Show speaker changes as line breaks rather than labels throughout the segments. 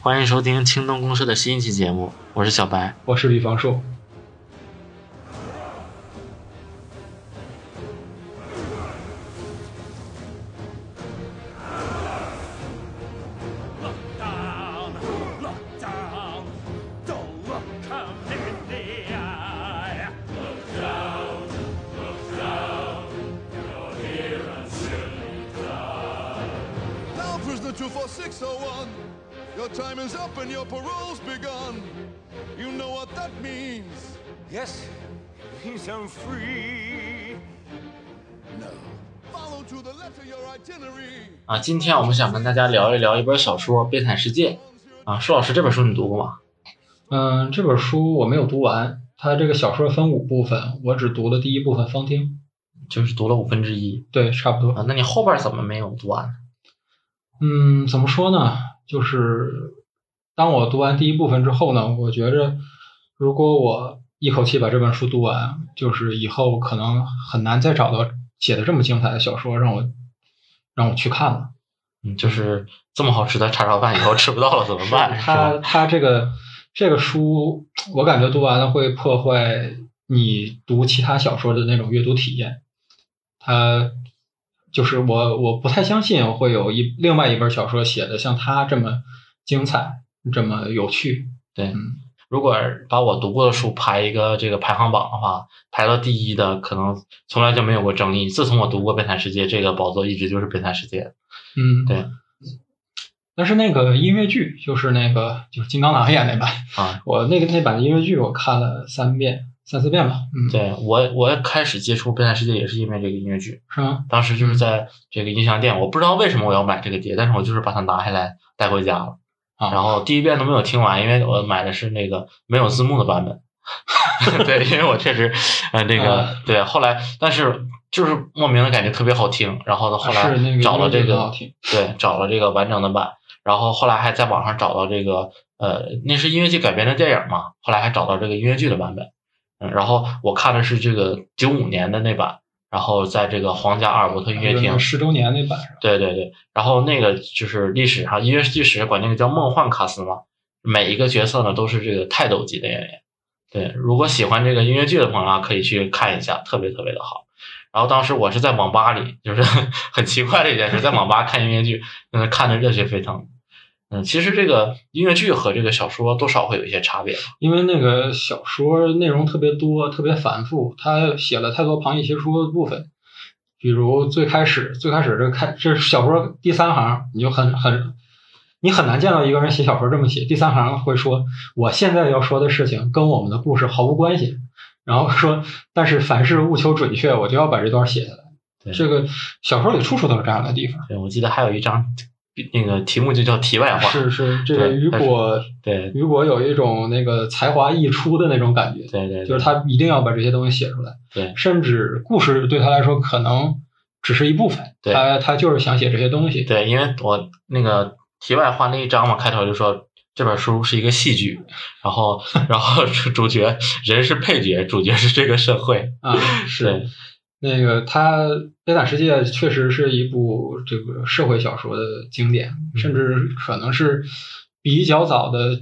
欢迎收听青东公社的新一期节目，我是小白。
我是李方硕。
down, look down, don't look up in the eye. Look down, look down, you'll hear us surely cry.
Now, prisoner 24601, your time is up and your parole's begun. You know what that means.
Yes, he's unfree.
No. Follow to the letter your itinerary.
啊，今天我们想跟大家聊一聊一本小说《悲惨世界》啊。舒老师，这本书你读过吗？
嗯，这本书我没有读完，它这个小说分五部分，我只读了第一部分方听，
就是读了五分之一
对，差不多。
啊。那你后边怎么没有读完？
嗯，怎么说呢？就是当我读完第一部分之后呢，我觉着如果我一口气把这本书读完，就是以后可能很难再找到写的这么精彩的小说让我让我去看了。
嗯，就是这么好吃的叉烧饭，以后 吃不到了怎么办？是
它
吧？
它这个这个书，我感觉读完了会破坏你读其他小说的那种阅读体验。它就是我我不太相信会有一另外一本小说写的像它这么精彩，这么有趣。
对
嗯，
如果把我读过的书排一个这个排行榜的话，排到第一的可能从来就没有过争议。自从我读过《悲惨世界》，这个宝座一直就是《悲惨世界》。
嗯，
对。
但是那个音乐剧，就是那个就是金刚狼演那版，
啊，
我那个那版音乐剧我看了三遍三四遍吧。嗯，，
对我我开始接触《悲惨世界》也是因为这个音乐剧，
是吗？
当时就是在这个音像店，我不知道为什么我要买这个碟，但是我就是把它拿下来带回家了。
啊
然后第一遍都没有听完，因为我买的是那个没有字幕的版本。 对，因为我确实，呃，那个
啊
对，后来但是就是莫名的感觉特别好听，然后呢，后来
是那个
找了
音乐
这
剧
个
很好听。
对，找了这个完整的版，然后后来还在网上找到这个呃，那是音乐剧改编的电影嘛，后来还找到这个音乐剧的版本，嗯，然后我看的是这个九五年的那版，然后在这个皇家阿尔伯特音乐厅，
十周年那啊版是吧？
对对对，然后那个就是历史上音乐剧史管那个叫梦幻卡斯嘛，每一个角色呢都是这个泰斗级的演员。对，如果喜欢这个音乐剧的朋友啊，可以去看一下，特别特别的好。然后当时我是在网吧里，就是 很奇怪的一件事，在网吧看音乐剧，嗯，看的热血沸腾。嗯，其实这个音乐剧和这个小说多少会有一些差别吧。
因为那个小说内容特别多，特别繁复，他写了太多旁逸邪说的部分。比如最开始，最开始这开这小说第三行，你就很很，你很难见到一个人写小说这么写。第三行会说，我现在要说的事情跟我们的故事毫无关系，然后说，但是凡事务求准确，我就要把这段写下
对
来。这个小说里处处都有这样的地方。
对，我记得还有一章，那个题目就叫题外话。
是是，这个
对
雨
但是
果
对
雨果有一种那个才华溢出的那种感觉。
对对，
就是他一定要把这些东西写出来。
对
甚至故事对他来说可能只是一部分，
对
他他就是想写这些东西。
对，因为我那个题外话那一章嘛，开头就说这本书是一个戏剧，然 后然后主主角人是配角，主角是这个社会，
啊，
对
是那个他《悲惨世界》确实是一部这个社会小说的经典，
嗯
甚至可能是比较早的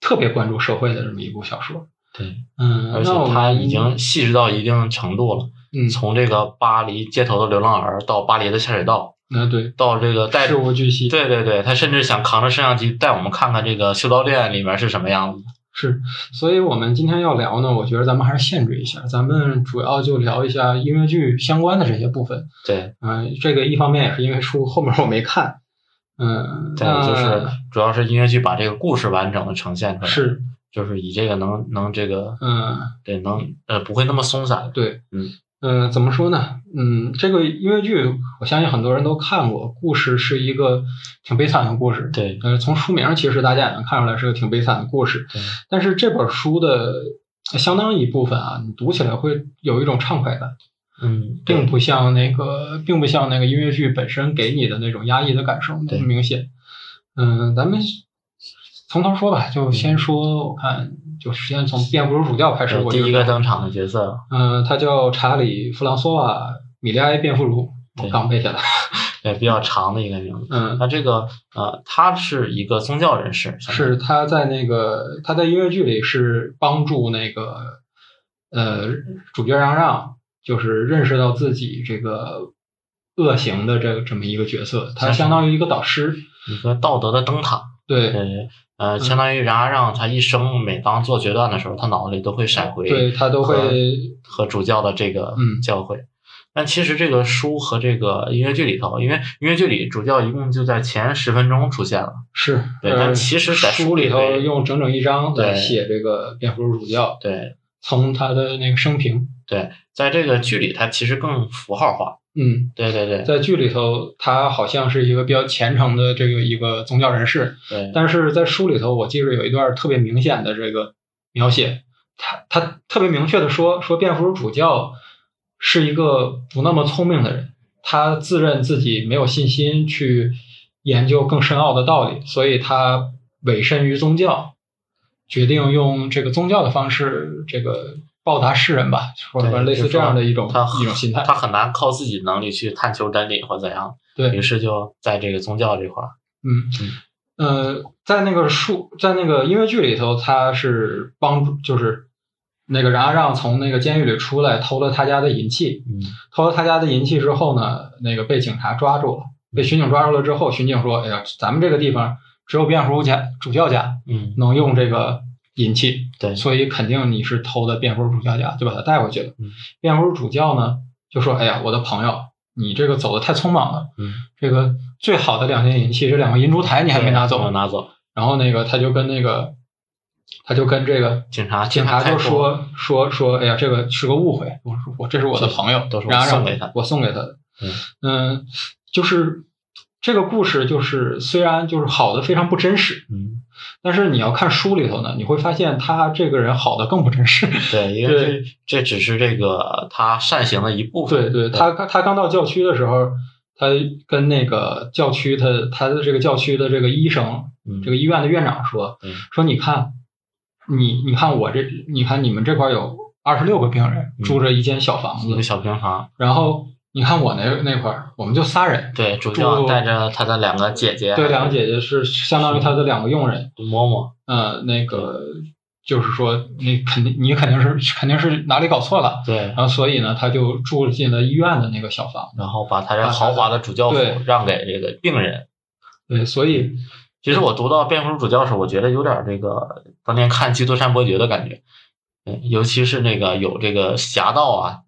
特别关注社会的这么一部小说。
对，
嗯，
而且
那我们
他已经细致到一定程度了，
嗯，
从这个巴黎街头的流浪儿到巴黎的下水道，
那啊对
到这个带
事无巨细，
对对对，他甚至想扛着摄像机带我们看看这个修道院里面是什么样子。
是，所以我们今天要聊呢，我觉得咱们还是限制一下，咱们主要就聊一下音乐剧相关的这些部分。
对，
嗯、这个一方面也是因为书后面我没看，嗯、
再有
那
就是主要是音乐剧把这个故事完整的呈现出来，
是，
就是以这个能能这个
嗯、
对能呃不会那么松散。
对，
嗯
呃、怎么说呢？嗯，这个音乐剧我相信很多人都看过，故事是一个挺悲惨的故事。
对，
呃，从书名其实大家也能看出来是个挺悲惨的故事。
对
但是这本书的相当一部分啊，你读起来会有一种畅快感。
嗯，
并
对，
不像那个，并不像那个音乐剧本身给你的那种压抑的感受那
对
么明显。嗯，咱们从头说吧，
嗯
就先说，我看就是先从《变不如主调》开始。
是
我
呃第
就
一个，登场的角色，
嗯、他叫查理·弗朗索瓦·米利埃·变俘虏，我
对
刚背下来。
对，比较长的一个名字。
嗯，
那这个呃，他是一个宗教人士，相当于
是他在那个他在音乐剧里是帮助那个呃主角嚷嚷，就是认识到自己这个恶行的这这么一个角色，他
像是
相当于一个导师。
一个道德的灯塔。
对，
对，
嗯
呃，相当于然而让他一生每当做决断的时候，他脑子里都会闪回
对他都会
和主教的这个
嗯
教诲。但其实这个书和这个音乐剧里头，因为音乐剧里主教一共就在前十分钟出现了，
是，
对
呃
但其实在
书
书
里
里
头
对
用整整一章来
对
写这个蝙蝠主教，
对
从他的那个生平，
对，在这个剧里它其实更符号化，
嗯，
对对对
在剧里头他好像是一个比较虔诚的这个一个宗教人士，
对
但是在书里头，我记着有一段特别明显的这个描写，他他特别明确的说说蝙蝠侠主教是一个不那么聪明的人，他自认自己没有信心去研究更深奥的道理，所以他委身于宗教，决定用这个宗教的方式这个报答世人吧，或者
对，
类
就
似
是
这样的一
说
种
他
一种心态。
他很难靠自己能力去探求真理或怎样，
对，
于是就在这个宗教这块儿，
嗯，呃，在那个书，在那个音乐剧里头，他是帮助，就是那个冉阿让从那个监狱里出来，偷了他家的银器，
嗯，
偷了他家的银器之后呢，那个被警察抓住了，被巡警抓住了之后，巡警说：“哎呀，咱们这个地方只有蝙蝠家主教家
嗯，
能用这个银器，
对，
所以肯定你是偷的蝙蝠主教家，就把他带回去了。
嗯
蝙蝠主教呢，就说：‘哎呀，我的朋友，你这个走的太匆忙了。’
嗯，
这个最好的两件银器，这两个银烛台你还没拿
对
走
没。拿走，
然后那个他就跟那个，他就跟这个
警察
警察
开
就
脱
说说说，哎呀，这个是个误会，我说我这是我的朋友，
都是我
然后让
送给他
我送给他的。嗯，就是这个故事，就是虽然就是好的非常不真实，
嗯，
但是你要看书里头呢，你会发现他这个人好的更不真实。
对，因
对
为这这只是这个他善行的一部
对
分，
对，他他刚到教区的时候，他跟那个教区他他的这个教区的这个医生，
嗯
这个医院的院长说
嗯
说你看，你你看我这，你看你们这块有二十六个病人
嗯
住着一间小房
一
子
个，小平房，
然后你看我那那块儿，我们就仨人，
对，主
住
教带着他的两个姐姐，
对，两个姐姐是相当于他的两个佣人，
嬷嬷，
呃，那个就是说你肯定你肯定是肯定是哪里搞错了，
对
然，后所以呢他就住进了医院的那个小房子。
然后把他
把
这
他
豪华的主教服
对
让给这个病人。
对，所以
其实我读到《蝙蝠主教》时，候，我觉得有点这个当年看《基督山伯爵》的感觉，嗯，尤其是那个有这个侠盗啊，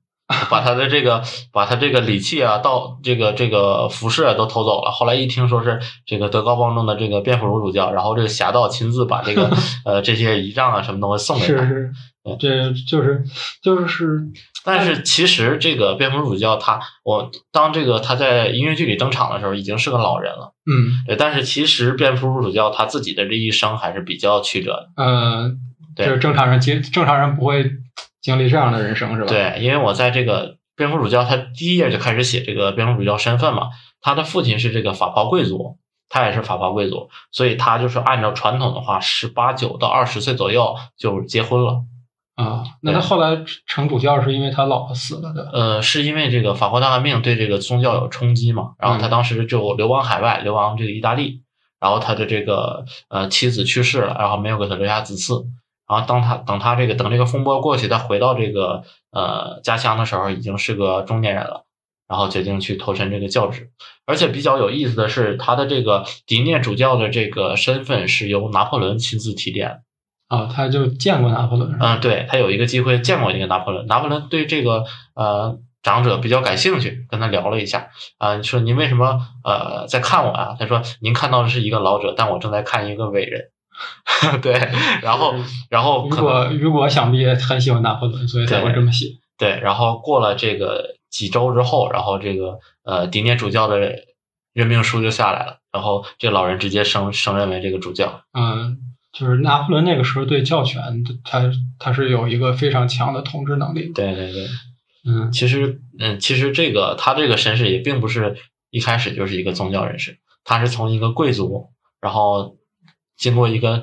把他的这个把他这个礼器啊、到这个这个服饰啊都偷走了。后来一听说是这个德高望重的这个蝙蝠主教，然后这个侠盗亲自把这个 呃这些仪仗啊什么东西送给
是
他。
是
对，
这就是就是
但是其实这个蝙蝠主教他，我当这个他在音乐剧里登场的时候，已经是个老人了。
嗯
对，但是其实蝙蝠主教他自己的这一生还是比较曲折的。
呃，
对
就是正常人经正常人不会经历这样的人生是吧？，
对，因为我在这个蝙蝠主教，他第一页就开始写这个蝙蝠主教身份嘛。他的父亲是这个法袍贵族，他也是法袍贵族，所以他就是按照传统的话，十八九到二十岁左右就结婚了。
啊，那他
对
后来成主教是因为他老婆死了的，
呃，是因为这个法国大革命对这个宗教有冲击嘛，然后他
嗯
当时就流亡海外，流亡这个意大利，然后他的这个呃妻子去世了，然后没有给他留下子嗣，然后当他等他这个等这个风波过去，他回到这个呃家乡的时候，已经是个中年人了。然后决定去投身这个教职，而且比较有意思的是，他的这个迪涅主教的这个身份是由拿破仑亲自提点的
啊，他就见过拿破仑是吧，
嗯，对他有一个机会见过那个拿破仑，拿破仑对这个呃长者比较感兴趣，跟他聊了一下啊、你说您为什么呃在看我啊？他说您看到的是一个老者，但我正在看一个伟人。 对，然后然后
雨
嗯可能
果雨果想必也很喜欢拿破仑，所以才会
对
这么写。
对，然后过了这个几周之后，然后这个呃迪涅主教的任命书就下来了，然后这老人直接升升任为这个主教。
嗯，就是拿破仑那个时候对教权，他他是有一个非常强的统治能力的。
对对对，
嗯
其实，嗯，其实这个他这个绅士也并不是一开始就是一个宗教人士，他是从一个贵族，然后经过一个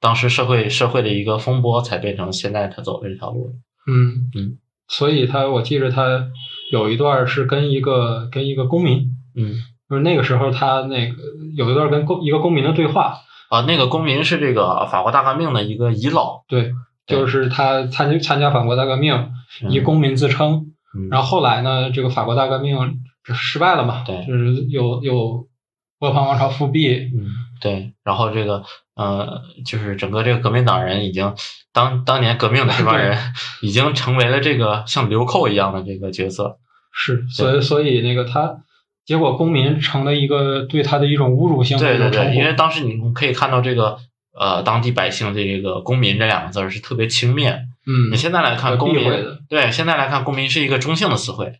当时社会社会的一个风波，才变成现在他走的这条路。
嗯
嗯，
所以他我记着他有一段是跟一个跟一个公民，
嗯，
就是那个时候他那个有一段跟公一个公民的对话，
啊，那个公民是这个法国大革命的一个遗老，
对，就是他参加参加法国大革命，
嗯
以公民自称，
嗯
然后后来呢，这个法国大革命失败了嘛，
对
就是有有波旁王朝复辟，
嗯，对，然后这个，呃，就是整个这个革命党人已经当当年革命的这帮人已经成为了这个像流寇一样的这个角色，
是，所以所以那个他。结果公民成了一个对他的一种侮辱性的
对
一
对
种
对，
称
因为
呼，
当时你可以看到这个呃当地百姓这个“公民”这两个字儿是特别轻蔑。
嗯
你，现在来看，
有
公
避
民
讳的
对现在来看，公民是一个中性的词汇，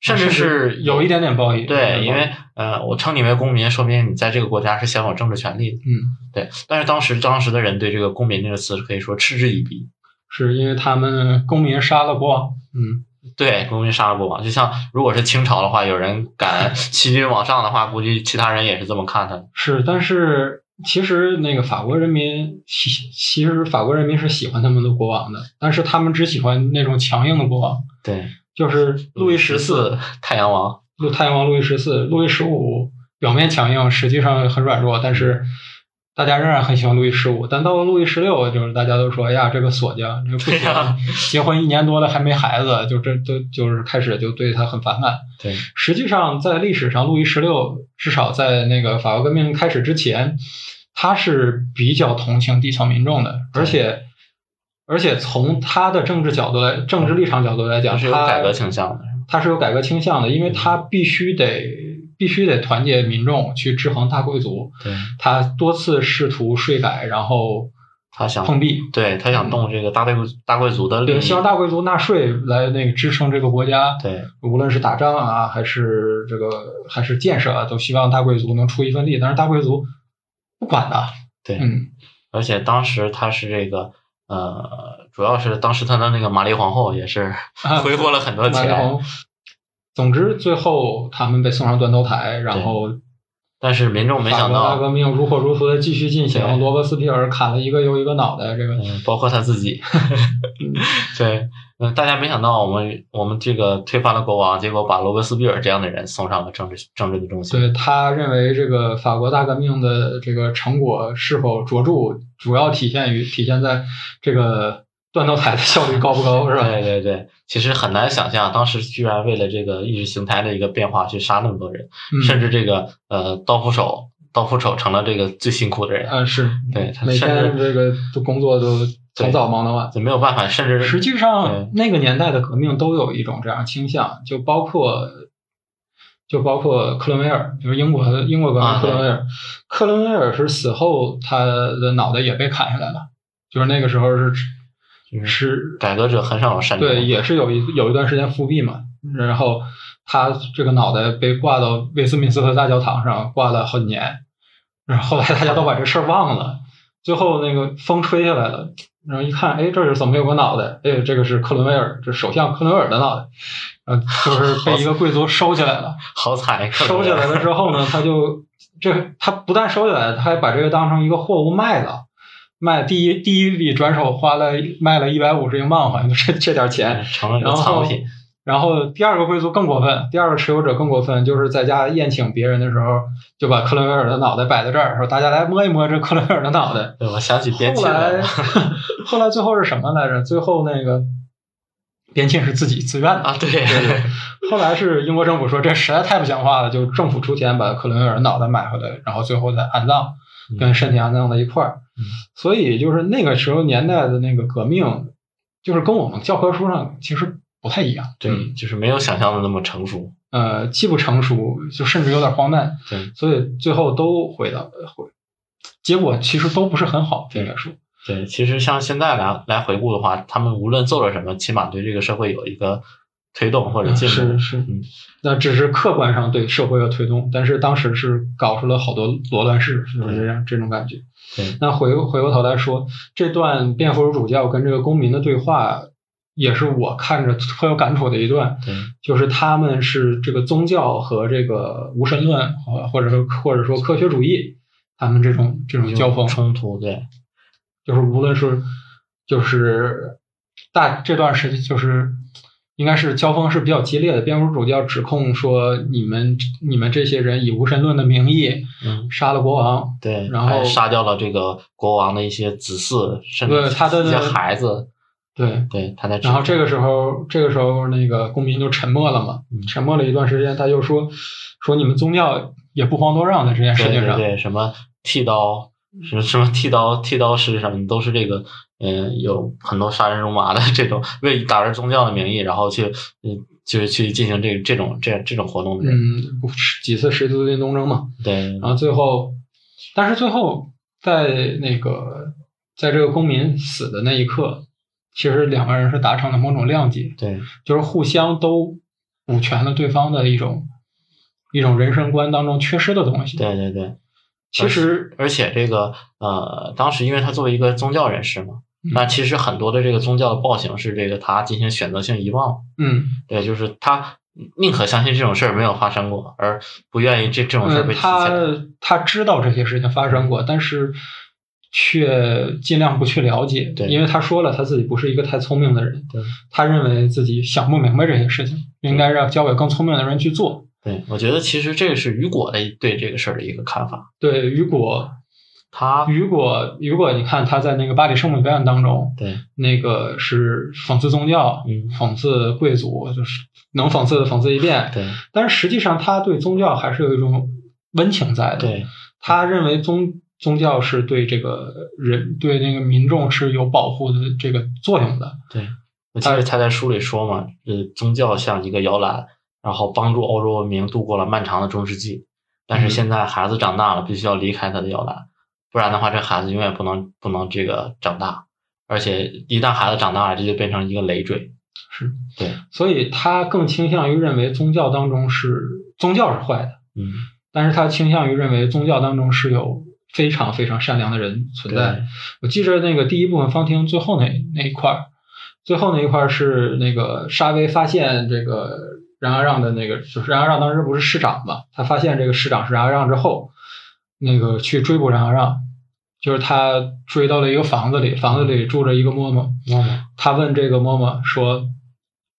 甚至是
啊有一点点褒义，
对，因为呃，我称你为公民，说明你在这个国家是享有政治权利的。
嗯，
对，但是当时当时的人对这个“公民”这个词可以说嗤之以鼻。
是因为他们公民杀了国王，嗯，
对，公民杀了国王，就像如果是清朝的话，有人 敢欺君罔上的话，估计其他人也是这么看他的。
是，但是其实那个法国人民喜，其实法国人民是喜欢他们的国王的，但是他们只喜欢那种强硬的国王，
对，
就是路易
十
十
四
四、
太阳王，
路太阳王路易十四、路易十五表面强硬，实际上很软弱，但是。大家仍然很喜欢路易十五，但到了路易十六，就是大家都说，哎呀，这个锁匠，这个不
对
行，
呀
结婚一年多了还没孩子，就这都就是开始就对他很反感。
对，
实际上，在历史上，路易十六至少在那个法国革命开始之前，他是比较同情底层民众的，
对
而且而且从他的政治角度来、政治立场角度来
他
讲，
是有改革嗯
他
倾向的。
他是有改革倾向的，因为他必须得必须得团结民众去制衡大贵族。
对，
他多次试图税改，然后
他想
碰壁，
对他想动这个大贵族大贵族的利益
对，。希望大贵族纳税来那个支撑这个国家。
对
无论是打仗啊，还是这个还是建设啊，都希望大贵族能出一份力，但是大贵族不管的，
对，
嗯，
而且当时他是这个呃，主要是当时他的那个玛丽皇后也是
啊
挥霍了很多
马丽
钱，
红。总之，最后他们被送上断头台，然后
但是民众没
法
想
国大
到，
革命如火如荼的继续进
对
行，罗伯斯庇尔砍了一个又一个脑袋，这个
嗯，包括他自 己。 对，嗯，大家没想到我们我们这个推翻了国王，结果把罗伯斯庇尔这样的人送上了政治政治的中心。
对他认为这个法国大革命的这个成果是否卓著，主要体现于体现在这个断头台的效率高不高，是吧？
对对对，其实很难想象，当时居然为了这个意识形态的一个变化去杀那么多人，
嗯
甚至这个呃刀斧手，刀斧手成了这个最辛苦的人，
啊，是，
对他
每
甚
天
至
这个都工作都从早忙到晚。
就没有办法，甚至
实际
对
上，那个年代的革命都有一种这样倾向，就包括就包括克伦威尔，就是英国英国革
啊
命克
对
伦威尔。克伦威尔是死后，他的脑袋也被砍下来了，就是那个时候是
嗯
是
改革者很少有善终。
对，也是有一有一段时间复辟嘛，然后他这个脑袋被挂到威斯敏斯特大教堂上挂了好几年，然后后来大家都把这事儿忘了，最后那个风吹下来了，然后一看，哎，这儿怎么有个脑袋？哎，这个是克伦威尔，这首相克伦威尔的脑袋，呃，就是被一个贵族收起来了。
好惨，克伦
收起来
威尔
了之后呢，他就这他不但收起来了，他还把这个当成一个货物卖了。卖第一第一笔转手花了卖了一百五十英镑，好像这这点钱，
哎成了一个
然
藏
后
品。
然后第二个贵族更过分，第二个持有者更过分，就是在家宴请别人的时候，就把克伦威尔的脑袋摆在这儿，说大家来摸一摸这克伦威尔的脑袋。
对，我想起边
后
沁
来
了
后来最后是什么来着？最后那个边沁是自己自愿的
啊，对
对对，后来是英国政府说这实在太不像话了，就政府出钱把克伦威尔的脑袋买回来，然后最后再安葬，跟身体安葬在一块儿。
嗯
所以就是那个时候年代的那个革命，就是跟我们教科书上其实不太一样。
对，
嗯
就是没有想象的那么成熟。
呃，既不成熟，就甚至有点荒诞，
对
所以最后都回到回，结果其实都不是很好。
对
应该说，
对，其实像现在来来回顾的话，他们无论做了什么，起码对这个社会有一个推动或者进步。
是是
嗯，
那只是客观上对社会的推动，但是当时是搞出了好多罗乱世，就是这样这种感觉。
对
那回回过头来说，这段变俘主教跟这个公民的对话，也是我看着很有感触的一段，
对
就是他们是这个宗教和这个无神论，呃或者说或者说科学主义，他们这种这种交锋，
冲突，对
就是无论是就是大这段时间就是应该是交锋是比较激烈的，蝙蝠主教指控说你们你们这些人以无神论的名义
嗯
杀了国王，
对，
然后
还杀掉了这个国王的一些子嗣，甚
对
至
他的
一些孩子，
对，
对，他在指
然后这个时候，这个时候那个公民就沉默了嘛
嗯，
沉默了一段时间，他就说说你们宗教也不遑多让在这件事
对
情
对
上，
对，什么剃刀，什么什么剃刀剃刀师什么，都是这个，嗯、有很多杀人如麻的这种，为打着宗教的名义，然后去，嗯、就是去进行这这种这这种活动的人，
嗯，几次十字军东征嘛，
对，
然后最后，但是最后在那个在这个公民死的那一刻，其实两个人是达成了某种谅解，
对，
就是互相都补全了对方的一种一种人生观当中缺失的东西。
对对对，
其实
而且这个呃，当时因为他作为一个宗教人士嘛，
嗯
那其实很多的这个宗教的暴行是这个他进行选择性遗忘，
嗯，
对，就是他宁可相信这种事儿没有发生过，而不愿意这这种事儿
嗯，
被提起来。
他他知道这些事情发生过，但是却尽量不去了解，
对
因为他说了他自己不是一个太聪明的人，
对，
他认为自己想不明白这些事情，应该让交给更聪明的人去做。
对，我觉得其实这个是雨果的一对这个事儿的一个看法。
对，雨果，
他
雨果，雨果，你看他在那个巴黎圣母院当中，
对
那个是讽刺宗教，
嗯
讽刺贵族，就是能讽刺的讽刺一遍，
对
但是实际上他对宗教还是有一种温情在的，
对
他认为宗宗教是对这个人对那个民众是有保护的这个作用的。
对，我记得他在书里说嘛，呃，宗教像一个摇篮，然后帮助欧洲文明度过了漫长的中世纪。但是
嗯
现在孩子长大了，必须要离开他的摇篮，不然的话，这孩子永远不能不能这个长大。而且一旦孩子长大了，这就变成一个累赘。
是，
对，
所以他更倾向于认为宗教当中是宗教是坏的，
嗯，
但是他倾向于认为宗教当中是有非常非常善良的人存在
对。
我记着那个第一部分方听最后那那一块儿，最后那一块儿是那个沙威发现这个冉阿让的那个，就是冉阿让当时不是市长嘛，他发现这个市长是冉阿让之后，那个去追捕冉阿让，就是他追到了一个房子里，房子里住着一个嬷嬷，他问这个嬷嬷说：“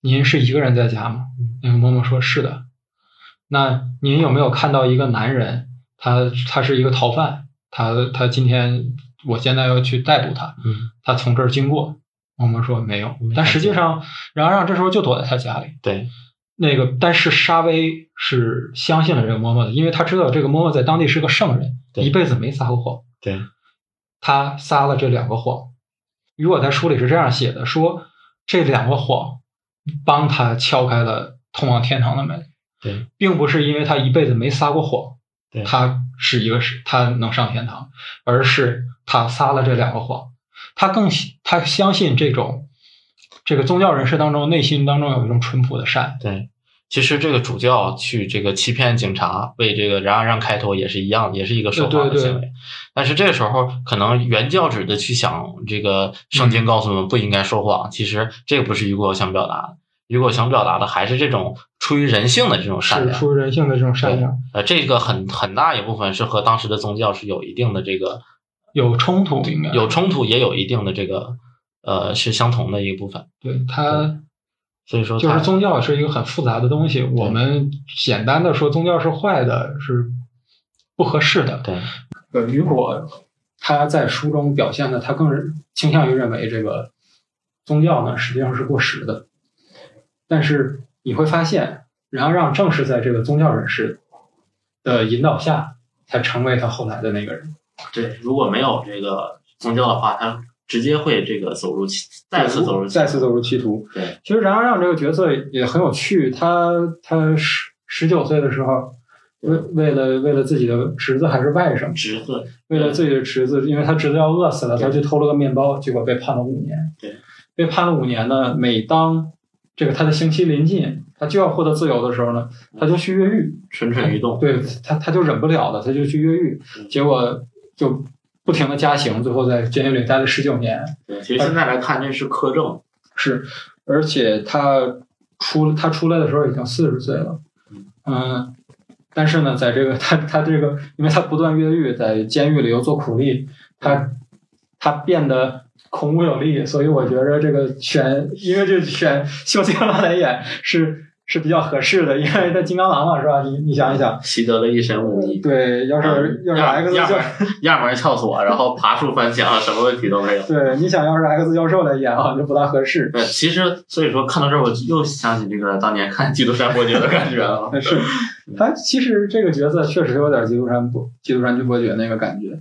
您是一个人在家吗？”那个嬷嬷说：“是的。”那您有没有看到一个男人？他他是一个逃犯，他他今天我现在要去逮捕他，
嗯，
他从这儿经过。嬷嬷说没有
没看，见
但实际上，冉阿让这时候就躲在他家里。
对
那个，但是沙威是相信了这个嬷嬷的，因为他知道这个嬷嬷在当地是个圣人，
对
一辈子没撒过谎。
对
他撒了这两个谎。如果在书里是这样写的，说这两个谎帮他敲开了通往天堂的门，
对
并不是因为他一辈子没撒过谎，
对，
他是一个是他能上天堂，而是他撒了这两个谎。他更喜他相信这种这个宗教人士当中内心当中有一种淳朴的善，
对，其实这个主教去这个欺骗警察，为这个冉阿让开脱也是一样，也是一个守法
对
的
对
行为。但是这个时候，可能原教旨的去想这个圣
嗯
经告诉我们不应该说谎，其实这个不是雨果想表达的。雨果想表达的还是这种出于人性的这种善
是
良。
出于人性的这种善
对
良，
呃，这个很很大一部分是和当时的宗教是有一定的这个
有冲突应该
有冲突，也有一定的这个呃是相同的一部分。
对他
所以说
就
它，
是宗教是一个很复杂的东西，我们简单的说宗教是坏的是不合适的。
对
呃，雨果他在书中表现的，他更是倾向于认为这个宗教呢实际上是过时的，但是你会发现，然后让正是在这个宗教人士的引导下，才成为他后来的那个人。
对，如果没有这个宗教的话，他直接会这个走入歧再次走入歧
再次走入歧途。
对
其实冉阿让这个角色也很有趣，他他十十九岁的时候，为为了为了自己的侄子还是外甥，
侄子，
为了自己的侄子，因为他侄子要饿死了，
对
他去偷了个面包，结果被判了五年。
对，
被判了五年呢，每当这个他的刑期临近，他就要获得自由的时候呢，他就去越狱，
蠢蠢欲嗯动。
对他他就忍不了了，他就去越狱，
嗯
结果就不停的加刑，最后在监狱里待了十九年。
对，其实现在来看，这是苛政。
是，而且他出他出来的时候已经四十岁了，嗯，但是呢，在这个他他这个，因为他不断越狱，在监狱里又做苦力，他他变得孔武有力，所以我觉着这个选，因为这选 修杰克曼来演是是比较合适的，因为他金刚狼嘛，是吧？你你想一想，
习得了一身武艺，
对，要
啊
是
嗯
要是 X
样
教
样样门撬锁，然后爬树翻墙，什么问题都没有。
对，你想要是 X 教授来演啊，就不大合适。
呃，其实所以说看到这儿，我又想起这个当年看《基督山伯爵》的感觉 了。
但哎是他其实这个角色确实有点基督山伯基督山居伯爵那个感觉。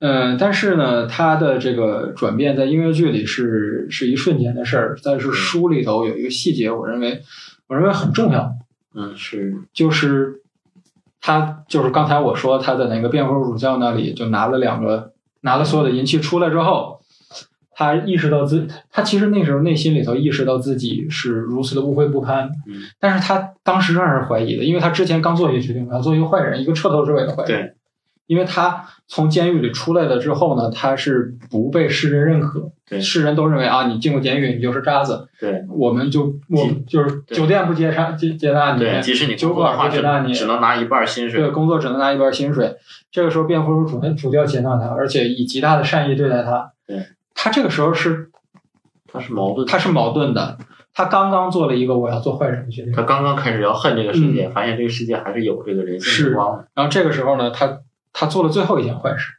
嗯，但是呢，他的这个转变在音乐剧里是是一瞬间的事儿，但是书里头有一个细节，我认为我认为很重要，
嗯，是，
就是他就是刚才我说他在那个蝙蝠主教那里就拿了两个拿了所有的银器出来之后，他意识到自他其实那时候内心里头意识到自己是如此的污秽不堪，
嗯
但是他当时让人怀疑的，因为他之前刚做一个决定，我要做一个坏人，一个彻头彻尾的坏人。
对，
因为他从监狱里出来了之后呢，他是不被世人认可，
对
世人都认为啊，你进过监狱，你就是渣子，
对
我们就我们就是
对
酒店不接杀接接纳你，
对，即使你工作的话，
酒馆不接纳你
只只能拿一半薪
对，
水。
工作只能拿一半薪水。这个时候，辩护主主教接纳他，而且以极大的善意对待他。
对，
他这个时候是
他是矛盾的，
他是矛盾的，他刚刚做了一个我要做坏人的决定，
他刚刚开始要恨这个世界，发现这个世界还是有这个人性
嗯是
的光的
然后这个时候呢，他他做了最后一件坏事，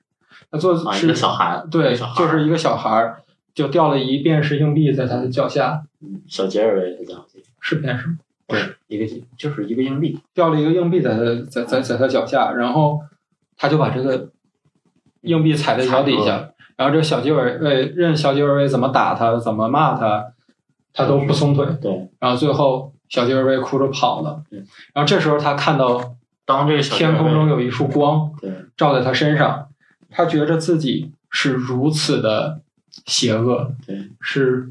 他做
啊，一
是、
个小孩，一
对
个小，孩
就是一个小孩儿就掉了一便士硬币在他的脚下，
嗯小杰尔维这样子，
是便士吗？
对，一个就是一个硬币，
掉了一个硬币在他在在在他脚下，然后他就把这个硬币踩在脚底
踩住
下，然后这个小鸡尾呃任小鸡尾怎么打他，怎么骂他，他都不松腿，
对。
然后最后小鸡尾哭着跑了
嗯，
然后这时候他看到
当这个小杰尔
天
维
空中有一束光
对
照在他身上，他觉着自己是如此的邪恶
对，
是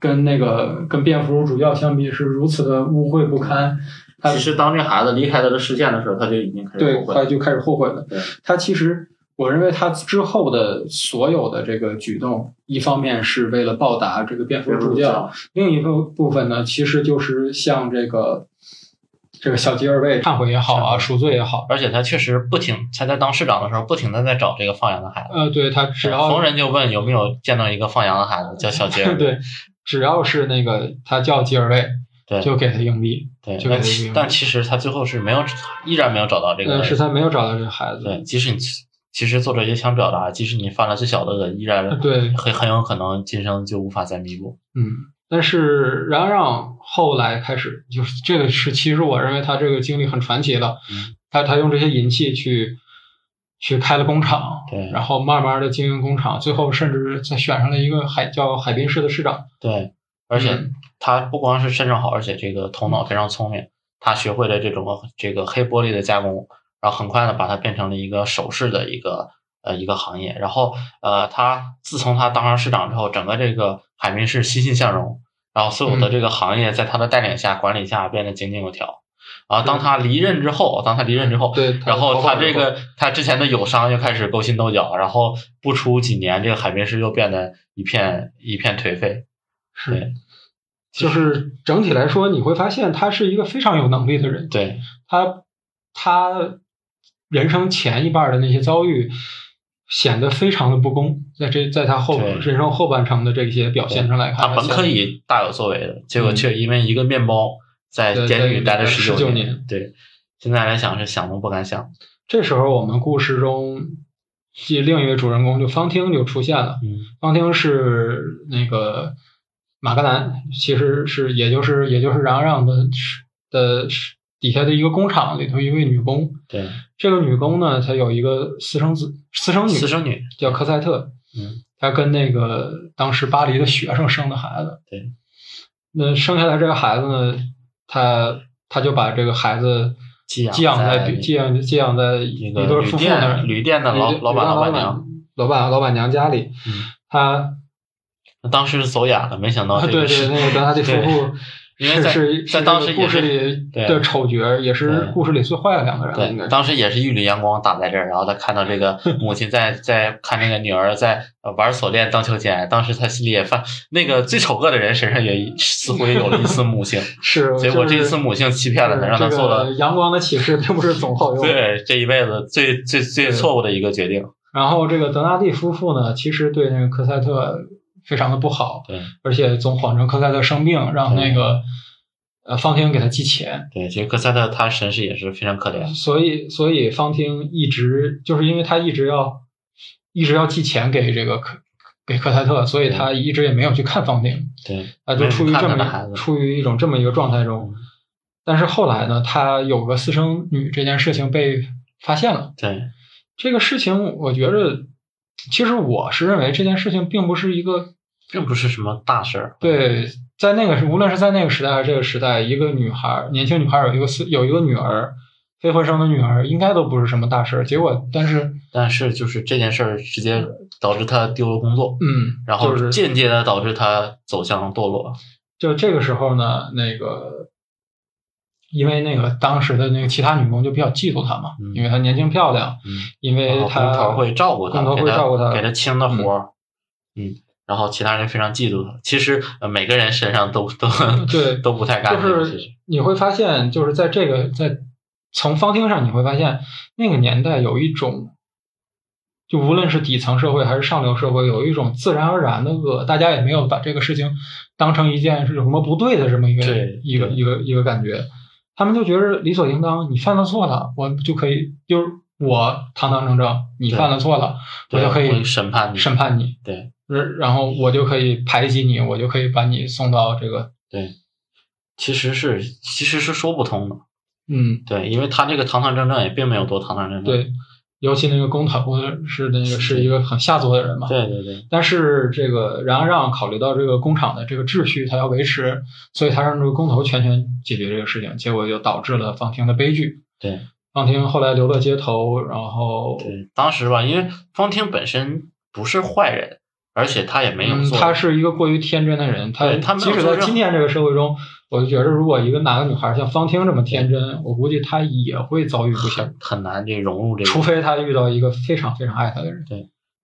跟那个跟蝙蝠主教相比是如此的污秽不堪，他
其实当这孩子离开他的视线的时候，他就已经开始
对
后，
他
悔。
就开始后悔了
对。
他其实，我认为他之后的所有的这个举动，一方面是为了报答这个蝙蝠主教，，另一部部分呢，其实就是向这个这个小吉尔卫忏悔也好啊，赎罪也好，
而且他确实不停，他在当市长的时候不停的在找这个放羊的孩子，
呃，对他只要
哎逢人就问有没有见到一个放羊的孩子叫小杰尔。
对，只要是那个他叫吉尔卫，
对
就给他硬币，
对，
就
但
给他
其
一个
但其实他最后是没有，依然没有找到这个
嗯，
人。
是他没有找到这个孩子，
对，即使你其实作者也想表达，即使你犯了最小的恶，依 然
对，
很很有可能今生就无法再弥补。
嗯，但是冉让后来开始，就是这个是其实我认为他这个经历很传奇的，
嗯
他他用这些银器去去开了工厂，
对
然后慢慢的经营工厂，最后甚至他选上了一个海叫海滨市的市长，
对，而且
嗯
他不光是身手好，而且这个头脑非常聪明。他学会了这种这个黑玻璃的加工，然后很快呢把它变成了一个首饰的一个呃一个行业。然后呃，他自从他当上市长之后，整个这个海滨市欣欣向荣，然后所有的
嗯
这个行业在他的带领下、管理下变得井井有条。然后当他离任之后，当他离任之后，
对，
然后
他
他这个他之前的友商又开始勾心斗角，然后不出几年，这个海滨市又变得一片一片颓废。
是
对。
就是整体来说，你会发现他是一个非常有能力的人。
对
他他人生前一半的那些遭遇显得非常的不公，在这在他后
对
人生后半程的这些表现上来看，
他本可以大有作为的，结果却因为一个面包在
嗯对
监狱
在
待了
19
九
年。
对，现在来想是想都不敢想。
这时候我们故事中即另一位主人公就方汀就出现了。
嗯，
方汀是那个马格南，其实是也就是也就是嚷嚷的的底下的一个工厂里头一位女工。
对，
这个女工呢，她有一个私生子、私生女，
私生女。
叫科赛特，
嗯，
她跟那个当时巴黎的学生生的孩子，
对，
那生下来这个孩子呢，他他就把这个孩子
寄养
寄养
在
在寄养寄养在一
那
对
个
儿
旅
夫妇那儿，
店旅店的老
旅
老板
旅店
老
老
板娘，
老板老板娘家里，
嗯
他
当时走眼了，没想到
啊
这个
对
是
对，那个德拉蒂夫
对
妇
因为在
是是
在当时
是故
也
事
是
里
对
的丑角，也是
对
故事里最坏的两个人，应
对，
该是
当时也是一缕阳光打在这儿，然后他看到这 个母亲在在看那个女儿在呃玩锁链荡秋千，当时他心里也犯那个最丑恶的人身上也似乎也有了一丝母性，
是
结果这一次母性欺骗了他，让他做
这
了
个阳光的启示并不是总好用。
对这一辈子最最最
对
错误的一个决定。
然后这个德纳蒂夫妇呢，其实对那个科赛特非常的不好，
对
而且总谎称科赛特生病，让那个呃方汀给他寄钱，
对，其实科赛特他身世也是非常可怜。
所以所以方汀一直就是因为他一直要一直要寄钱给这个科给科赛特，所以他
嗯
一直也没有去看方汀，
对，
啊，就处于
看
这
他
么
的孩子嗯
一，处于一种这么一个状态中。但是后来呢，他有个私生女这件事情被发现了。
对
这个事情，我觉着，其实我是认为这件事情并不是一个
并不是什么大事儿。
对，在那个无论是在那个时代还是这个时代，一个女孩，年轻女孩有一个私有一个女儿，非婚生的女儿，应该都不是什么大事儿。结果，但是，
但是就是这件事儿直接导致他丢了工作，
嗯，
然后
就是
间接的导致他走向堕落。
就这个时候呢，那个因为那个当时的那个其他女工就比较嫉妒她嘛，
嗯
因为她年轻漂亮，
嗯，
因
然
为
后
她
工头会照顾他，
工头
给
会
他
照顾她
给他轻的活儿。嗯，然后其他人非常嫉妒他。其实呃每个人身上都都
对
都不太干净。
就
其实
是你会发现，就是在这个在从方汀上，你会发现那个年代有一种，就无论是底层社会还是上流社会，有一种自然而然的恶，大家也没有把这个事情当成一件是有什么不对的这么一个
对
一个
对
一个一个感觉，他们就觉得理所应当，你犯了错了，我就可以就是我堂堂正正，你
对嗯
犯了错了，我
对
就可以
会审判你
审判你，
对
然，然后我就可以排挤你，我就可以把你送到这个
其实是其实是说不通的。
嗯。
对，因为他这个堂堂正正也并没有多堂堂正正。
对，尤其那个工头是那个是一个很下作的人嘛。
对对对
但是这个冉阿让考虑到这个工厂的这个秩序，他要维持，所以他让这个工头全权解决这个事情，结果就导致了方婷的悲剧。
对
方婷后来流落街头，然后嗯
对，当时吧，因为方汀本身不是坏人，而且他也没有
嗯，
做。
他是一个过于天真的人，
对他没有
即使
做
在
任
今天这个社会中，我就觉得如果一个哪个女孩像方婷这么天真，我估计她也会遭遇不幸，
很很难这融入这个，
除非她遇到一个非常非常爱她的人。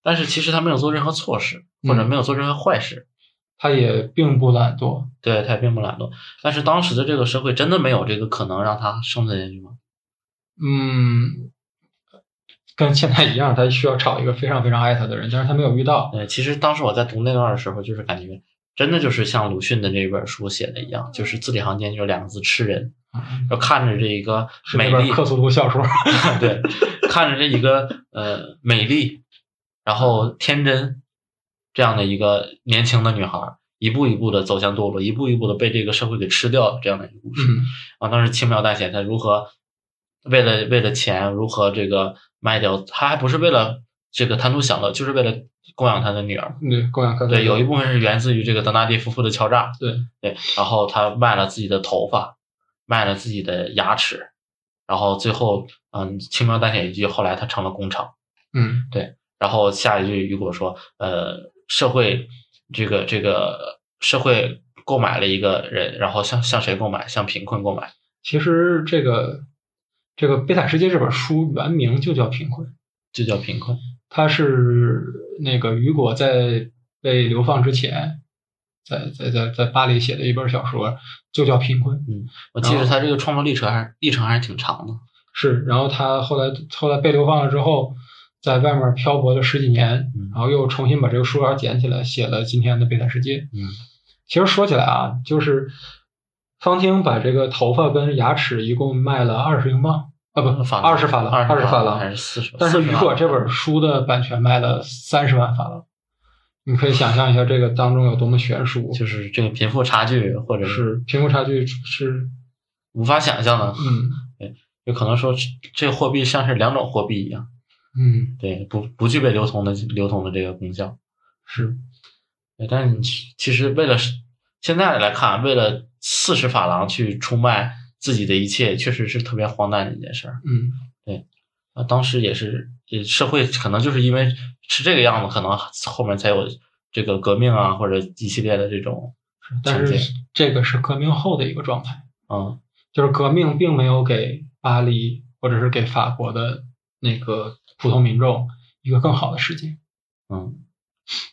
但是其实他没有做任何错事，或者
嗯
没有做任何坏事，
她也并不懒惰，
对，他也并不懒惰。但是当时的这个社会真的没有这个可能让他生存下去吗？
嗯，跟现在一样，他需要找一个非常非常爱他的人，但是他没有遇到。
呃，其实当时我在读那段的时候，就是感觉真的就是像鲁迅的那本书写的一样，就是字里行间就两个字吃人，要看着这一个
是那
美
本
丽，
克苏鲁小 说，
对，看着这一个呃美丽，然后天真这样的一个年轻的女孩儿，一步一步的走向堕落，一步一步的被这个社会给吃掉这样的一个故事。
嗯，
啊，当时轻描淡写，他如何为了为了钱，如何这个卖掉，他还不是为了这个贪图享乐，就是为了供养他的女儿。
对，供养克苏鲁
对，有一部分是源自于这个德纳蒂夫妇的敲诈。
嗯对
对，然后他卖了自己的头发，卖了自己的牙齿，然后最后嗯，轻描淡写一句，后来他成了工厂。
嗯，
然后下一句雨果说，呃，社会这个这个社会购买了一个人，然后向向谁购买？向贫困购买。
其实这个这个《悲惨世界》这本书原名就叫《贫困》，
就叫贫困。
它是那个雨果在被流放之前，在在在在巴黎写的一本小说，就叫《贫困》。
我记
然
得
后
他这个创作历程还是历程还是挺长的。
是，然后他后来后来被流放了之后，在外面漂泊了十几年
嗯，
然后又重新把这个书稿捡起来，写了今天的《悲惨世界》。
嗯，
其实说起来啊，就是方汀把这个头发跟牙齿一共卖了二十英镑，啊不，
法郎
二十法郎，
嗯二
十法
还
郎。
是四十？
但是
40
雨果这本书的版权卖了三十万法郎，你可以想象一下这个当中有多么悬殊，
就是这个贫富差距，或者
是贫富差距是，
无法想象的，
嗯
有可能说这这货币像是两种货币一样，
嗯。
对，不不具备流通的流通的这个功效。
是
对，但是你其其实为了现在来看，为了四十法郎去出卖自己的一切，确实是特别荒诞的一件事儿。
嗯。
啊，当时也是，呃，社会可能就是因为是这个样子，可能后面才有这个革命啊，或者一系列的这种
但
常
是这个是革命后的一个状态。
嗯
就是革命并没有给巴黎或者是给法国的那个普通民众一个更好的世界。
嗯，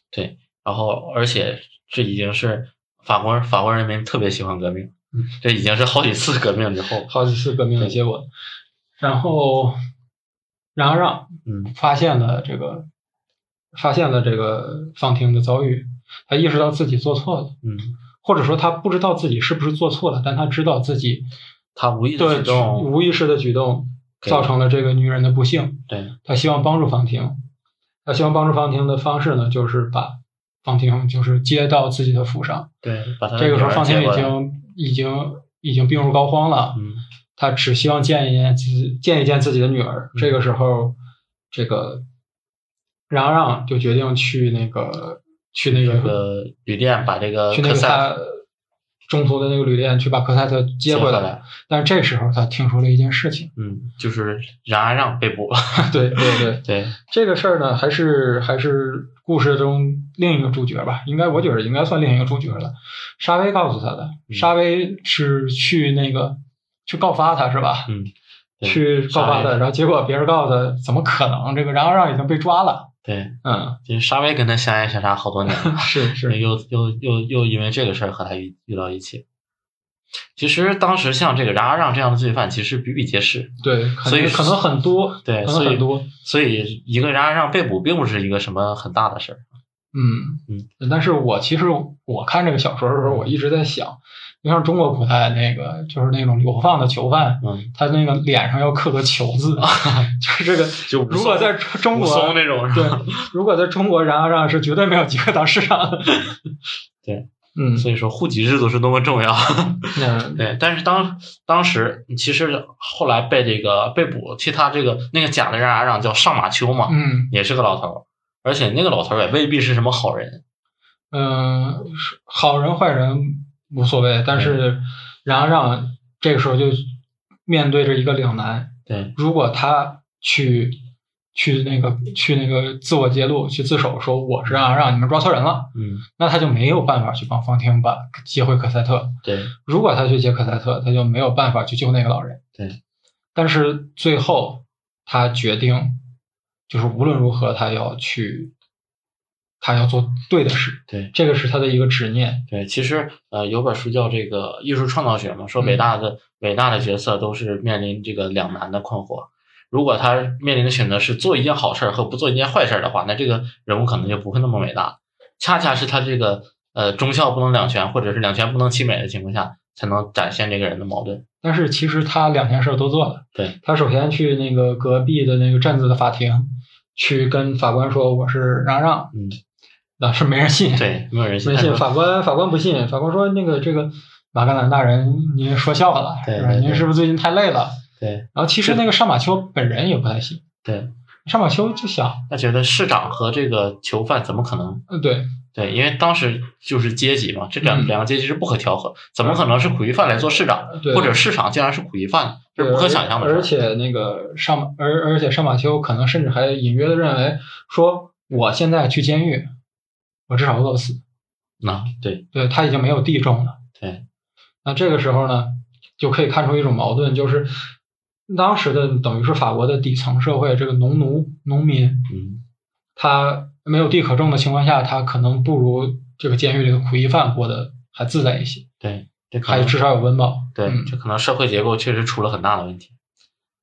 对，然后而且这已经是法国法国人民特别喜欢革命
嗯，
这已经是好几次革命之后，
好几次革命的结果，然后，然后让
嗯
发现了这个，发现了这个方婷的遭遇，他意识到自己做错了，
嗯，
或者说他不知道自己是不是做错了，但他知道自己
他无意的
对
举动，
无意识的举动
给
造成了这个女人的不幸。
对，
他希望帮助方婷，他希望帮助方婷的方式呢，就是把方婷就是接到自己的府上。
对，把他的
这个时候，
女儿
方
嗯
婷
接
已
过来
经已经已经病入膏肓了，
嗯
他只希望见一见自己见一见自己的女儿。
嗯
这个时候，这个嚷嚷就决定去那个去那
这
个
个旅店把这个
去那
科
个
赛
他中途的那个旅店去把科赛特接回
来
来。，但是这时候他听说了一件事情，
嗯，就是冉阿让被捕了，
对对对，
对，
这个事儿呢，还是还是故事中另一个主角吧，应该我觉得应该算另一个主角了。沙威告诉他的，
嗯
沙威是去那个去告发他是吧？
嗯，对
去告发
沙
他，
威
然后结果别人告诉他，怎么可能？这个然后让已经被抓了。
对，
嗯，
就是沙威跟他相爱相杀好多年了。
是 是，
又又又又因为这个事儿和他遇遇到一起。其实当时像这个冉阿让这样的罪犯，其实比比皆是。
对，可
所以
能可能很多，
对，
可能
所以
很多，
所以一个冉阿让被捕，并不是一个什么很大的事儿。
嗯但是我其实我看这个小说的时候，我一直在想，就像中国古代那个，就是那种流放的囚犯，
嗯，
他那个脸上要刻个“囚” 字，就是这个。
就
如果在中
武松
国，
嗯那种，是
对
吧？，
如果在中国，然后让是绝对没有机会当市长的。
对，
嗯，
所以说户籍制度是多么重要。
那
对，但是当当时其实后来被这个被捕，其实他这个那个假的冉阿让叫上马丘嘛，
嗯
也是个老头儿，而且那个老头儿也未必是什么好人。
嗯，是好人坏人无所谓，但是然后让这个时候就面对着一个两难，
对，
如果他去。去那个去那个自我揭露，去自首，说我是让让你们抓错人了，
嗯，
那他就没有办法去帮方婷把接回科赛特。
对，
如果他去接科赛特，他就没有办法去救那个老人。
对，
但是最后他决定，就是无论如何他要去，他要做对的事。
对。
这个是他的一个执念。
对，其实呃，有本书叫这个《艺术创造学》嘛，说伟
嗯
大的、伟大的角色都是面临这个两难的困惑。如果他面临的选择是做一件好事儿和不做一件坏事儿的话，那这个人物可能就不会那么伟大。恰恰是他这个呃忠孝不能两全，或者是两全不能其美的情况下，才能展现这个人的矛盾。
但是其实他两件事儿都做了。
对，
他首先去那个隔壁的那个镇子的法庭，去跟法官说我是嚷嚷，
嗯，
但是没人信。，
对，没有人信
没
他
信。
说。
法官法官不信，法官说那个这个马格南大人您说笑了，
对
是吧？
对对
您是不是最近太累了？
对
然后其实那个上马丘本人也不太信，
对，
上马丘就想，
他觉得市长和这个囚犯怎么可能
嗯，对，
对，因为当时就是阶级嘛，这两、
嗯
两个阶级是不可调和，怎么可能是苦役犯来做市长，
对
或者市长竟然是苦役犯，这是不可想象的事儿。
而且那个上马，而而且上马丘可能甚至还隐约的认为，说我现在去监狱，我至少饿不死。
那对
对他已经没有地种了。
对，
那这个时候呢，就可以看出一种矛盾，就是当时的等于是法国的底层社会，这个农奴农民，
嗯，
他没有地可种的情况下，他可能不如这个监狱里的苦役犯过得还自在一些，
对，这可
还
能
至少有温饱。
对、
嗯
这可能社会结构确实出了很大的问题。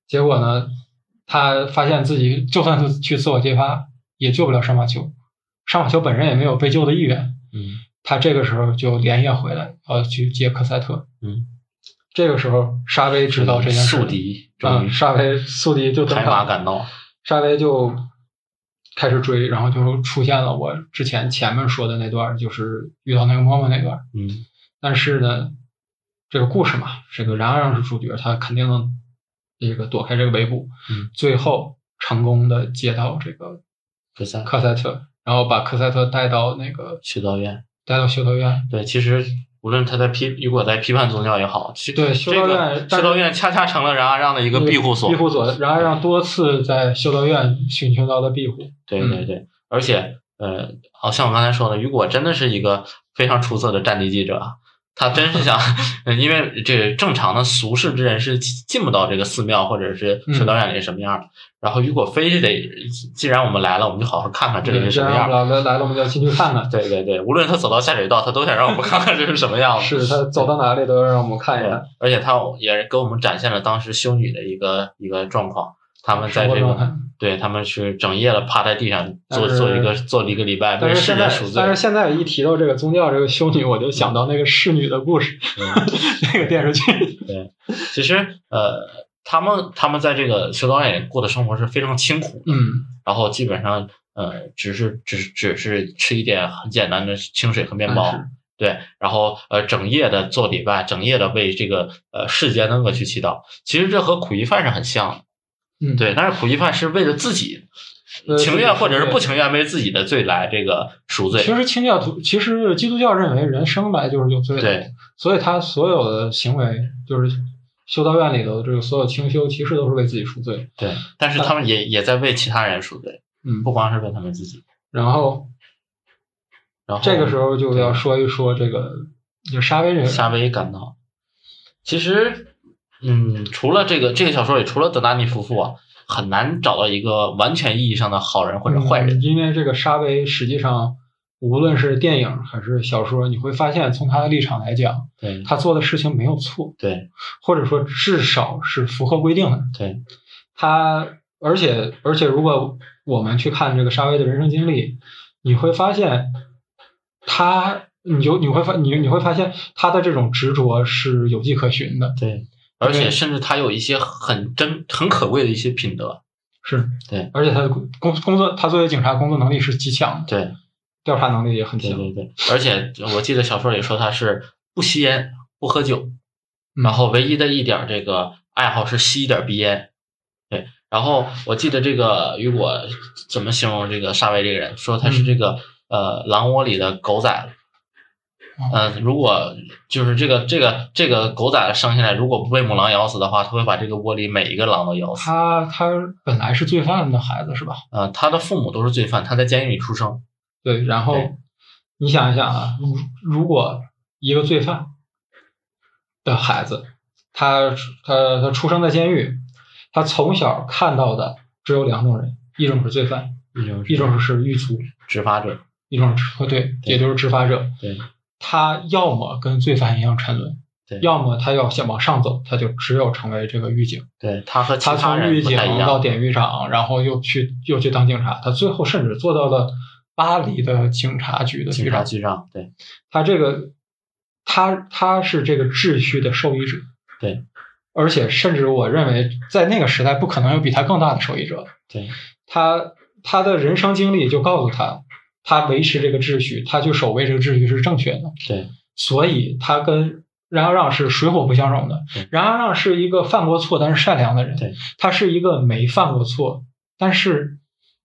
结果呢，他发现自己就算是去自我揭发，也救不了上马丘，上马丘本人也没有被救的意愿。
嗯
他这个时候就连夜回来，要去接科赛特。
嗯，
这个时候沙威知道这件事，
宿敌
啊、
终于
沙威宿敌就登
拍马
场，
赶到，
沙威就开始追，然后就出现了我之前前面说的那段，就是遇到那个嬷嬷那段。
嗯
但是呢，这个故事嘛，这个冉阿让是主角，他肯定能这个躲开这个围捕，
嗯
最后成功的接到这个
科三
科赛特，然后把科赛特带到那个
修道院。
带到修道院。
对，其实无论他在批，如果在批判宗教也好，其
对修道院
这个
但
修道院恰恰成了冉阿让的一个庇护所，
庇护所，冉阿让多次在修道院寻求到了庇护。
对
嗯
对对，而且呃，好像我刚才说的，雨果真的是一个非常出色的战地记者啊，他真是 想，呃因为这正常的俗世之人是进不到这个寺庙或者是
嗯
水导演里是什么样的，然后雨果非是得，既然我们来了，我们就好好看看这里是什么样的。
来来来了，我们就要进去看看。
对对对，无论他走到下水道，他都想让我们看看这是什么样子。啊
是他走到哪里都要让我们看一看。
而且他也给我们展现了当时修女的一个一个状况，他们在
生活
这
状
个
态
对他们是整夜的趴在地上
但
做
是
做一个做了一个礼拜，为
但是
世
现
人
在
赎，罪
但。是现在一提到这个宗教这个修女，我就想到那个侍女的故事， 那个电视剧。
嗯其实呃，他们他们在这个修道院里过的生活是非常清苦的，
嗯，
然后基本上呃，只是只是只是吃一点很简单的清水和面包
啊但是，
对，然后呃整夜的做礼拜，整夜的为这个呃世间的恶去祈祷。其实这和苦役犯是很像的，
嗯，
对，但是苦役犯是为了自己
呃
情愿或者是不
对
情愿为自己的罪来这个赎罪
其，实清教徒，其实基督教认为人生来就是有罪的，
对，
所以他所有的行为就是修道院里头这个所有清修，其实都是为自己赎罪。
对，但是他们也也在为其他人赎罪，
嗯
不，光是为他们自己。
然后
然后
这个时候就
对
要说一说这个就沙威人，
夏威夷感到，其实，嗯，除了这个这个小说里，除了德纳尼夫妇啊，很难找到一个完全意义上的好人或者坏人。
嗯因为这个沙威实际上。无论是电影还是小说，你会发现，从他的立场来讲，
对
他做的事情没有错，
对
或者说至少是符合规定的。
对，
他而且而且，如果我们去看这个沙威的人生经历，你会发现他，你就你会发你你会发现他的这种执着是有迹可循的。
对，而且
对
甚至他有一些很珍、很可贵的一些品德。
是
对，
而且他的工工工作，他作为警察工作能力是极强的，
对
调查能力也很
对
强。
对对，而且我记得小说里说他是不吸烟、不喝酒，
嗯
然后唯一的一点儿这个爱好是吸一点儿鼻烟，对。然后我记得这个雨果怎么形容这个沙威这个人，说他是这个、呃狼窝里的狗崽子。嗯、如果就是这个这个这个狗崽子生下来，如果不被母狼咬死的话，他会把这个窝里每一个狼都咬死。
他他本来是罪犯的孩子是吧？
呃，他的父母都是罪犯，他在监狱里出生。
对，然后
对
你想一想啊，如如果一个罪犯的孩子，他他他出生在监狱，他从小看到的只有两种人，一种是罪犯，
一种
一种是狱卒，
执法者，
一种是对，
对
也就是执法者。
对
他要么跟罪犯一样沉沦，
对
要么他要想往上走，他就只有成为这个狱警。
对，他和其
他
他
从
人
狱
不
警
太一
到
样。
典狱长，然后又去又去当警察，他最后甚至做到了巴黎的警察局的
警
局
察
长。
局长，对
他这个，他他是这个秩序的受益者，
对
而且甚至我认为，在那个时代不可能有比他更大的受益者。
对
他他的人生经历就告诉他，他维持这个秩序，他去守卫这个秩序是正确的，
对
所以他跟冉阿让是水火不相容的
对。
冉阿让是一个犯过错但是善良的人
对，
他是一个没犯过错但是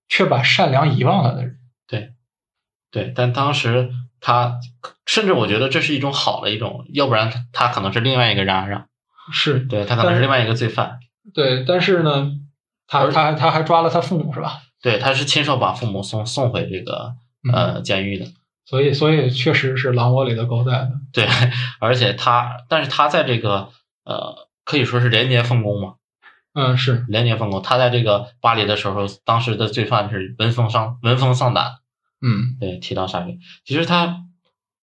却把善良遗忘了的人。
对，但当时他甚至我觉得这是一种好的一种，要不然他他可能是另外一个嚷嚷，
是
对他可能
但
是
是
另外一个罪犯，
对，但是呢，他
而
他他还抓了他父母是吧？
对，他是亲手把父母送送回这个
嗯，
呃监狱的，
所以所以确实是狼窝里的狗崽子。
对， 而且他但是他在这个呃可以说是连年奉公嘛，
嗯，是
连年奉公，他在这个巴黎的时候，当时的罪犯是闻风丧闻风丧胆，
嗯
对，提到杀人，其实他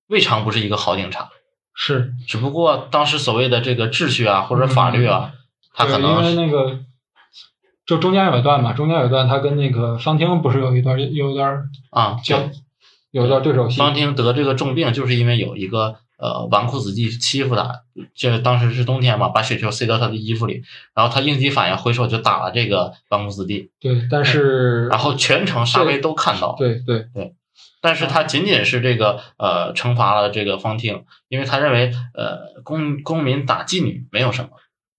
未尝不是一个好警察。
是，
只不过当时所谓的这个秩序啊，或者法律啊，他可
嗯对，因
能
为那个就中间有一段嘛，中间有一段他跟那个方汀不是有一段有一段
啊，
交、
对
有一段对手戏，
方汀得这个重病，就是因为有一个呃纨绔子弟欺负他，这当时是冬天嘛，把雪球塞到他的衣服里，然后他应激反应挥手就打了这个纨绔子弟，
对，但是
嗯然后全程沙威都看到，
对对
但是他仅仅是这个呃惩罚了这个方汀，因为他认为呃公公民打妓女没有什么，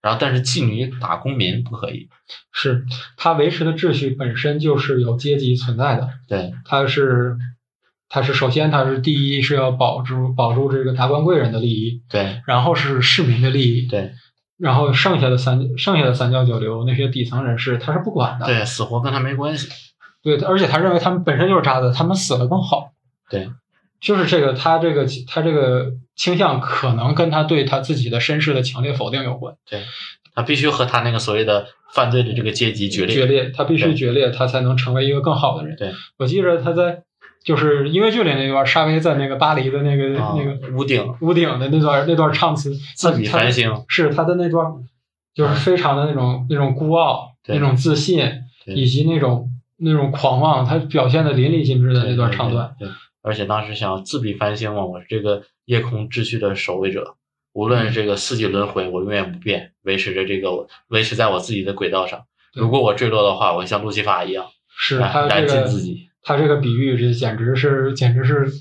然后但是妓女打公民不可以，
是他维持的秩序本身就是有阶级存在的，
对
他是他是首先他是第一是要保住保住这个达官贵人的利益，
对
然后是市民的利益，
对
然后剩下的三剩下的三教九流那些底层人士他是不管的，
对，死活跟他没关系。
对，而且他认为他们本身就是渣子，他们死了更好。
对，
就是这个，他这个他这个倾向可能跟他对他自己的身世的强烈否定有关，
他必须和他那个所谓的犯罪的这个阶级决裂。
决裂，他必须
对
决裂，他才能成为一个更好的人。
对，
我记着他在就是音乐剧里那段，沙威在那个巴黎的那个、
啊
那个
屋顶
屋顶的那段那段唱词，
自己
他
反省，
是他的那段，就是非常的那种那种孤傲、
对
那种自信，
对
以及那种那种狂妄，他表现的淋漓尽致的那段唱段。
对，对对而且当时想自比繁星嘛，我是这个夜空秩序的守卫者，无
嗯
论这个四季轮回，我永远不变，维持着这个维持在我自己的轨道上。
对
如果我坠落的话，我像路西法一样
是他
燃燃
这
尽
个
啊自己。
他这个比喻，这简直是简直是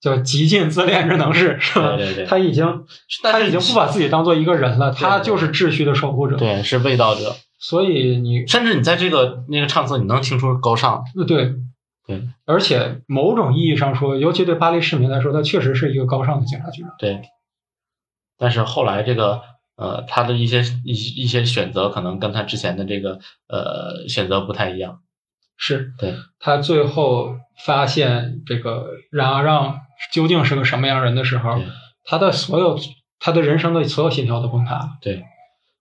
叫极尽自恋之能事，是吧？
对对对
他已经
但
他
是
已经不把自己当做一个人了，他
对
就是秩序的守护者。
对，是味道者。
所以你呃
甚至你在这个那个唱词，你能听出高尚。
对
对，
而且某种意义上说，尤其对巴黎市民来说，他确实是一个高尚的警察局长。
对，但是后来这个呃，他的一些一一些选择，可能跟他之前的这个呃选择不太一样。
是，
对，
他最后发现这个冉阿让究竟是个什么样人的时候
对，
他的所有他的人生的所有信条都崩塌了。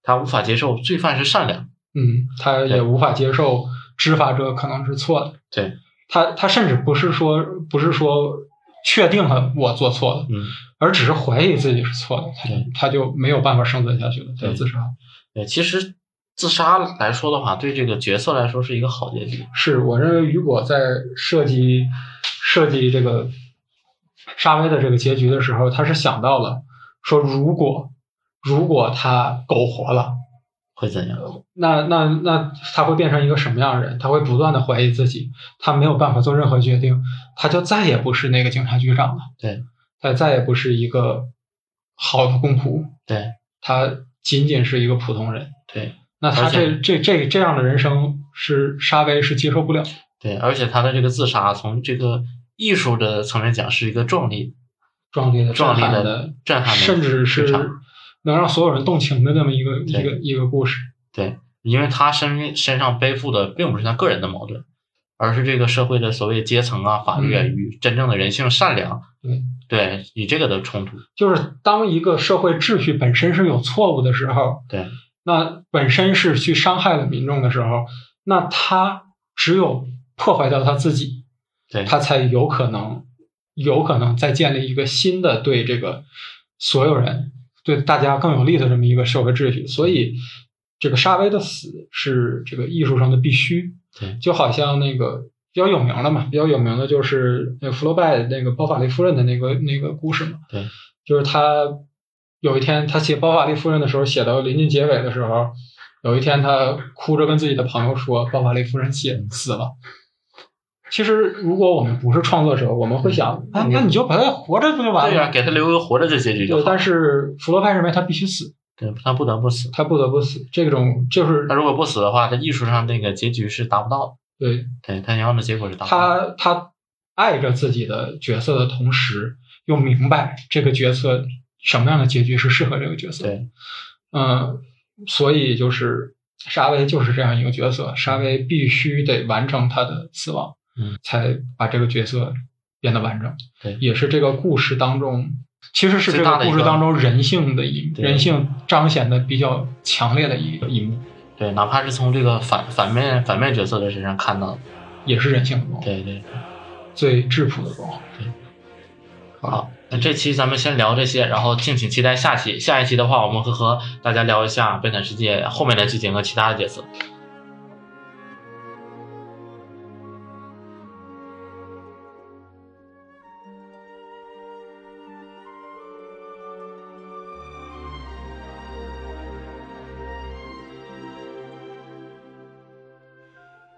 他无法接受罪犯是善良。
嗯，他也
对
无法接受执法者可能是错的。
对，
他他甚至不是说不是说确定了我做错了，
嗯，
而只是怀疑自己是错的，他就
对
他就没有办法生存下去了，他就
对
自杀了。
对，呃其实自杀来说的话，对这个角色来说是一个好结局。
是我认为雨果在设计设计这个沙威的这个结局的时候，他是想到了说，如果如果他苟活了，
会怎样？
那那那他会变成一个什么样的人？他会不断的怀疑自己，他没有办法做任何决定，他就再也不是那个警察局长了，
对，
他再也不是一个好的公仆，
对
他仅仅是一个普通人。
对
那他
而且
这这这这样的人生是沙威是接受不了的。
对，而且他的这个自杀，从这个艺术的层面讲，是一个壮丽、
壮烈的、
壮丽
震撼
的
的、，
震撼的，
甚至是能让所有人动情的那么一个一
对
个一个故事。
对，因为他身身上背负的并不是他个人的矛盾，而是这个社会的所谓阶层啊、法律啊
嗯
与真正的人性善良，
对
对，与这个的冲突，
就是当一个社会秩序本身是有错误的时候，
对
那本身是去伤害了民众的时候，那他只有破坏掉他自己，
对
他才有可能有可能再建立一个新的对这个所有人对大家更有利的这么一个社会秩序。所以，这个沙威的死是这个艺术上的必须。
对
就好像那个比较有名的嘛，比较有名的就是那个福楼拜那个包法利夫人的那个那个故事嘛。
对，
就是他有一天他写包法利夫人的时候，写到临近结尾的时候，有一天他哭着跟自己的朋友说，包法利夫人写死了。其实，如果我们不是创作者，我们会想，啊，那你就把他活着不就完
对
了
呀、
吗？
给他留一个活着的结局就
对，
好，
但是福楼拜认为他必须死，
对他不得不死，
他不得不死。这种就是
他如果不死的话，他艺术上那个结局是达不到的，
对
对他想要的结果是达不到的，
他他爱着自己的角色的同时，又明白这个角色什么样的结局是适合这个角色。
对，
嗯，所以就是沙威就是这样一个角色，沙威必须得完成他的死亡，
嗯，
才把这个角色变得完整。
对
也是这个故事当中，其实是这
最大
个
的一
故事
个
当中人性的一
对
人性彰显的比较强烈的一一幕，
对，哪怕是从这个反反面反面角色的身上看到的，
也是人性的光，
对对。
最质朴的光。
好，那这期咱们先聊这些，然后敬请期待下期。下一期的话，我们会和大家聊一下《悲惨世界》后面的剧情和其他的角色。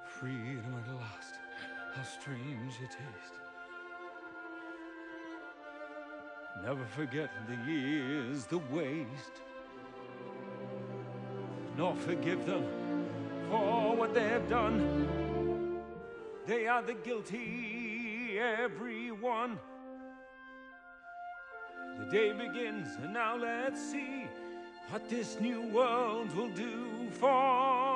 Freedom at last. How strange it is. Never forget the years, the waste. Nor forgive them for what they have done. They are the guilty, everyone. The day begins, and now let's see what this new world will do for